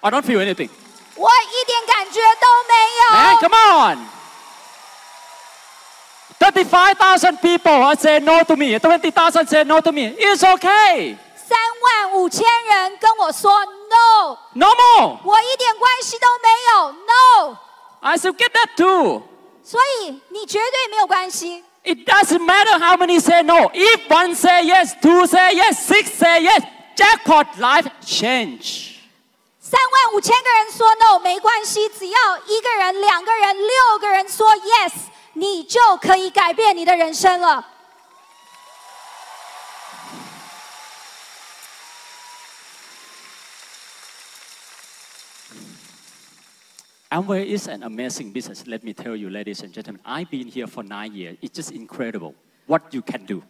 I don't feel anything.
我一点感觉都没
Man,
有。
come on. 35,000 people say no to me. 20,000 say no to me. It's okay.
三万五千人跟我说 no，
No more.
我一点关系都没有 no，
I still get that too.
所以你绝对没有关系。
It doesn't matter how many say no. If one say yes, two say yes, six say yes, jackpot life change.
三万五千个人说 no 没关系，只要一个人、两个人、六个人说 yes，你就可以改变你的人生了。
Amway is an amazing business. Let me tell you, ladies and gentlemen, I've been here for nine years. It's just incredible what you can do.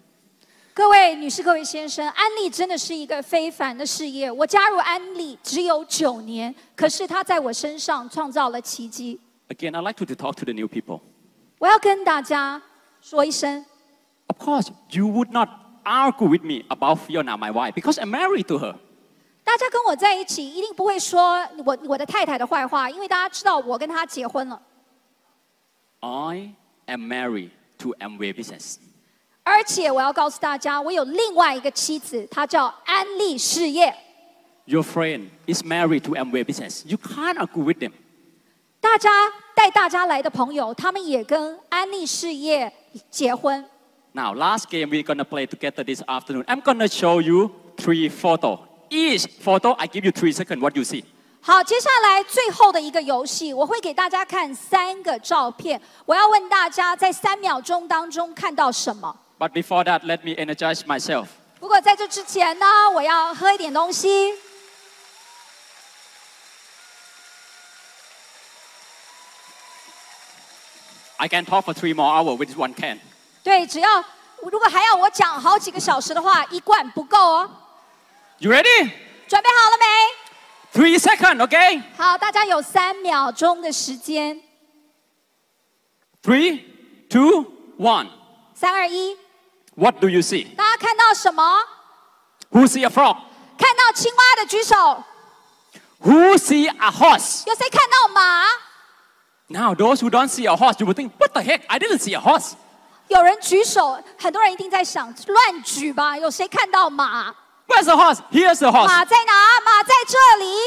各位女士、各位先生，安利真的是一个非凡的事业。我加入安利只有九年，可是它在我身上创造了奇迹。
Again, I like to, to talk to the new people.
我要跟大家说一声，
Of course, you would not argue with me about Fiona, my wife, because I'm married to her.
大家跟我在一起一定不会说我我的太太的坏话，因为大家知道我跟她结婚了，
I am married to Amway business.
而且我要告诉大家，我有另外一个妻子，她叫安利事业。
Your friend is married to Amway business. You can't argue with them.
大家带大家来的朋友，他们也跟安利事业结婚。
Now, last game we're gonna play together this afternoon. I'm gonna show you three photo. Each photo, I give you three seconds. What you see?
好，接下来最后的一个游戏，我会给大家看三个照片。我要问大家，在三秒钟当中看到什么？
But before that, let me energize myself.
不过在这之前呢，我要喝一点东西。
I can talk for three more hours with one can.
对，只要如果还要我讲好几个小时的话，一罐不够哦。
You ready?
准备好了没？
Three seconds, okay?
好，大家有三秒钟的时间。
Three, two, one.
三二一，
What do you see?
大家看到什么？
Who see a frog?
看到青蛙的举手。
Who see a horse?
有谁看到马？
Now, those who don't see a horse, you will think, what the heck? I didn't see a horse.
有人举手，很多人一定在想乱举吧。有谁看到马？
Where's the horse? Here's the horse.
马在哪？马在这里。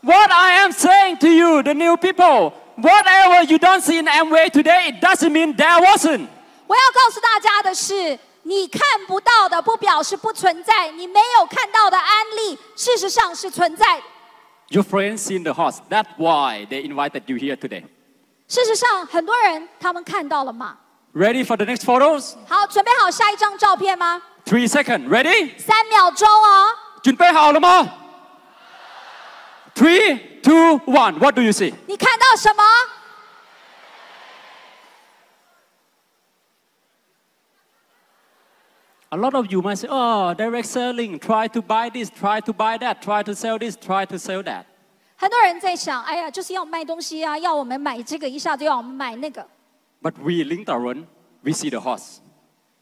What I am saying to you, the new people, whatever you don't see in Amway today, it doesn't mean there wasn't.
我要告诉大家的是，你看不到的不表示不存在，你没有看到的案例，事实上是存在。
Your friends seen the horse. That's why they invited you here today.
事实上，很多人他们看到了马。
Ready for the next photos?
好，准备好下一张照片吗？
Three seconds. Ready?
三秒钟哦。
Chuẩn bị hào lắm không? Three, two, one. What do you see?
你看到什么？
A lot of you might say, oh, direct selling, try to buy this, try to buy that, try to sell this, try to sell that.
很多人在想，哎呀，就是要卖东西啊，要我们买这个，一下就要我们买那个。
But we link the run, we see the horse.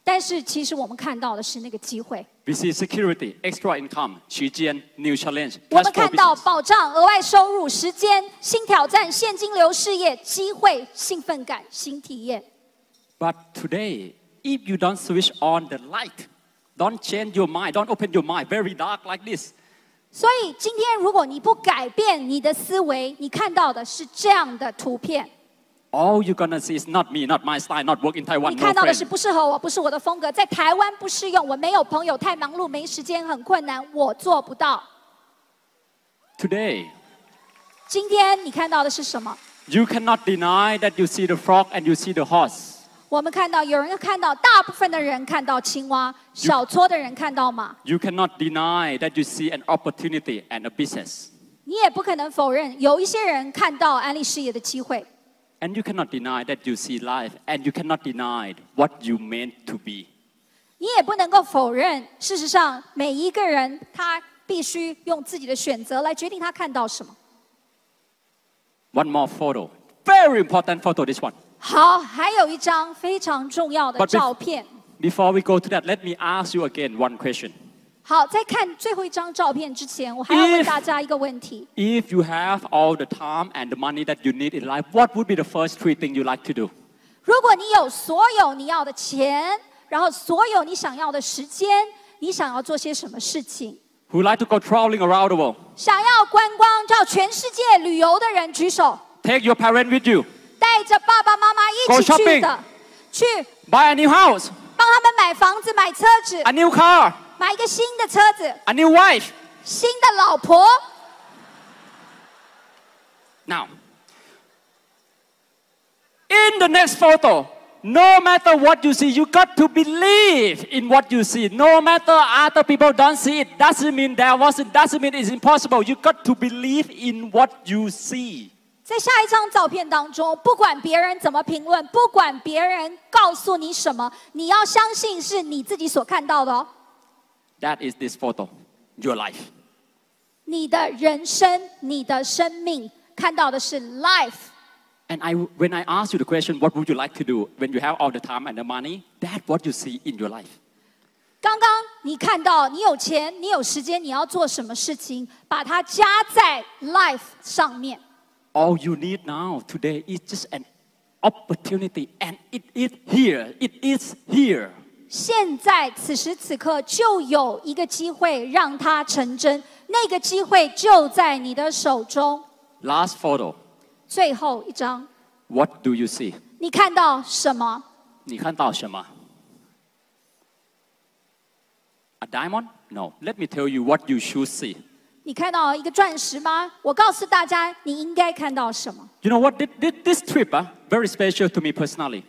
但是其实我们看到的是那个机会，
We see security, extra income, Qijian, new challenge,
我们
cash flow
看到
business.
保障、额外收入、时间、新挑战、现金流、事业、机会、兴奋感、新体验。
But today, if you don't switch on the light, don't change your mind, don't open your mind, very dark like this,
所以今天如果你不改变你的思维，你看到的是这样的图片，
all you're gonna see is not me, not my style, not work in
你
Taiwan,
看
no
到的是
friend.
不适合我，不是我的风格，在台湾不适用，我没有朋友，太忙碌，没时间，很困难，我做不到。
Today,
今天你看到的是什么？
you cannot deny that you see the frog and you see the horse.
我们看到有人看到，大部分的人看到青蛙，小撮的人看到马，
You cannot deny that you see an opportunity and a business.
你也不可能否认，有一些人看到安利事业的机会，
And you cannot deny that you see life and you cannot deny what you meant to be.
你也不能够否认。事实上，每一个人他必须用自己的选择来决定他看到什么。
One more photo. Very important photo, this one.
好，还有一张非常重要的
But bef-
照片。
Before we go to that, let me ask you again one question.
好，在看最后一张照片之前，我还要问
If-
大家一个问题：
If you have all the time and the money that you need in life, what would be the first three things you like to do?
如果你有所有你要的钱，然后所有你想要的时间，你想要做些什么事情？
Who like to go traveling around the world?
想要观光到全世界旅游的人举手，
Take your parents with you.
带着爸爸妈妈一
Go
起去
shopping
的，去
Buy a new house,
帮他们买房子、买车子、
a new car,
买一个新的车子、
a new wife.
新的老婆。
Now, in the next photo, no matter what you see, you got to believe in what you see. No matter other people don't see it, doesn't mean there wasn't, doesn't mean it's impossible. You got to believe in what you see.
在下一张照片当中，不管别人怎么评论，不管别人告诉你什么，你要相信是你自己所看到的哦。
That is this photo, your life.
你的人生，你的生命看到的是 life。
And I, when I ask you the question, what would you like to do when you have all the time and the money? That what you see in your life.
刚刚你看到你有钱，你有时间，你要做什么事情，把它加在 life 上面。
All you need now today is just an opportunity, and it is here. It is here.
现在此时此刻就有一个机会让它成真，那个机会就在你的手中。
Last photo.
最后一张，
What do you see?
你看到什么？
你看到什么？A diamond? No. Let me tell you what you should see.
你看到一个钻石吗？我告诉大家，你应该看到什么。
You know what? Thi- thi- This trip, ah, very special to me personally.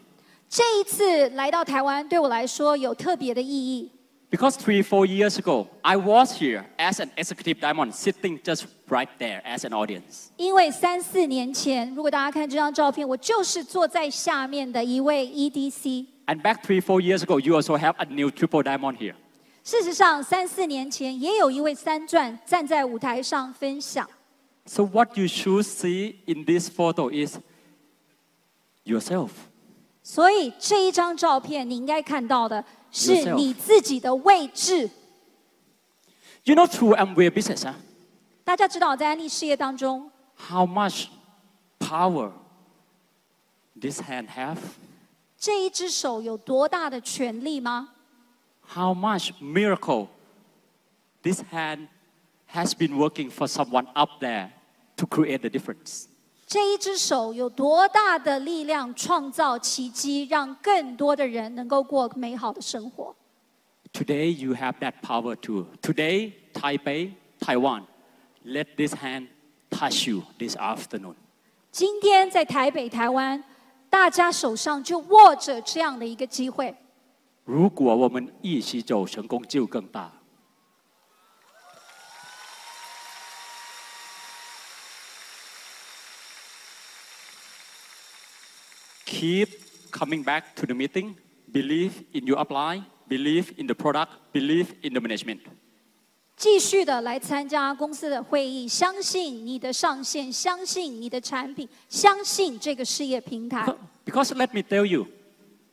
这一次来到台湾，对我来说有特别的意义。
Because three, four years ago, I was here as an executive diamond, sitting just right there as an audience.
因为三四年前，如果大家看这张照片，我就是坐在下面的 E 一位 EDC。
And back three, four years ago, you also have a new triple diamond here.
事实上，三四年前也有一位三钻站在舞台上分享。
So what you should see in this photo is yourself.
所以这一张照片，你应该看到的是
Yourself
你自己的位置。
You know, through Amway business, ah,
大家知道，在安利事业当中，
how much power this hand have,
这一只手有多大的权力吗？
how much miracle this hand has been working for someone up there to create the difference.
这一只手有多大的力量创造奇迹，让更多的人能够过美好的生活？
Today you have that power too. Today, Taipei, Taiwan, let this hand touch you this afternoon.
今天在台北、台湾，大家手上就握着这样的一个机会。
如果我们一起走，成功就更大。Keep coming back to the meeting. Believe in your upline. Believe in the product. Believe in the management.
继续的来参加公司的会议，相信你的上线，相信你的产品，相信这个事业 平台
Co-。Because let me tell you,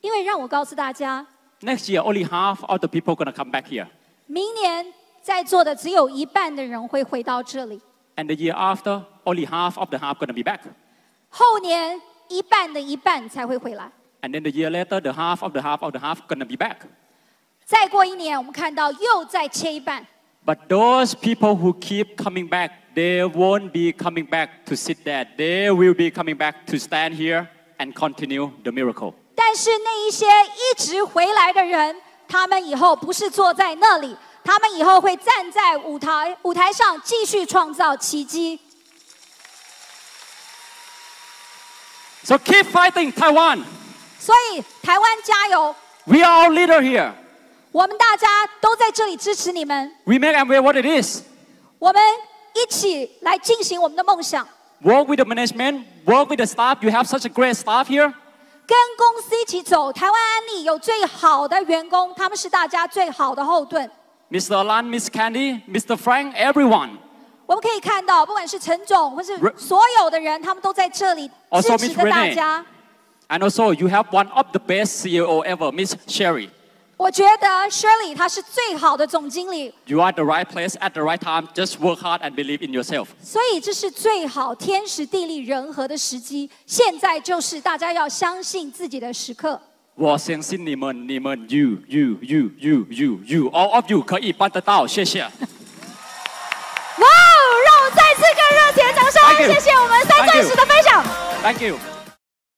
因为让我告诉大家，
next year only half of the people gonna come back here,
明年在座的只有一半的人会回到这里，
and the year after only half of the half gonna be back,
后年一半的一半才会回来。
and then the year later the half of the half of the half gonna be back.
再过一年，我们看到又再切一半。
But those people who keep coming back, they won't be coming back to sit there. They will be coming back to stand here and continue the miracle.
但是那一些一直回来的人，他们以后不是坐在那里，他们以后会站在舞台舞台上继续创造奇迹。
So keep fighting, Taiwan.
所以，台湾加油！
We are all leader here.
我们大家都在这里支持你们，
We make Amway what it is.
我们一起来进行我们的梦想，
Work with the management, work with the staff. You have such a great staff here.
跟公司一起走。台湾安利有最好的员工，他们是大家最好的后盾。
Mr. Alan, Miss Candy, Mr. Frank, everyone.
我们可以看到，不管是陈总或是
Re-
所有的人，他们都在这里
Also
支持着
Miss
大
Renee
家。
And also, you have one of the best CEO ever, E Miss Sherry.
我觉得 Shirley 她是最好的总经理，
You are at the right place at the right time. Just work hard and believe in yourself.
所以这是最好天时地利人和的时机。现在就是大家要相信自己的时刻。
我相信你们，你们 you you you you you you all of you 可以办得到，谢谢。
哇哦！让我们再次跟热情的掌声
Thank，you
谢谢我们三战士的分享。
Thank you.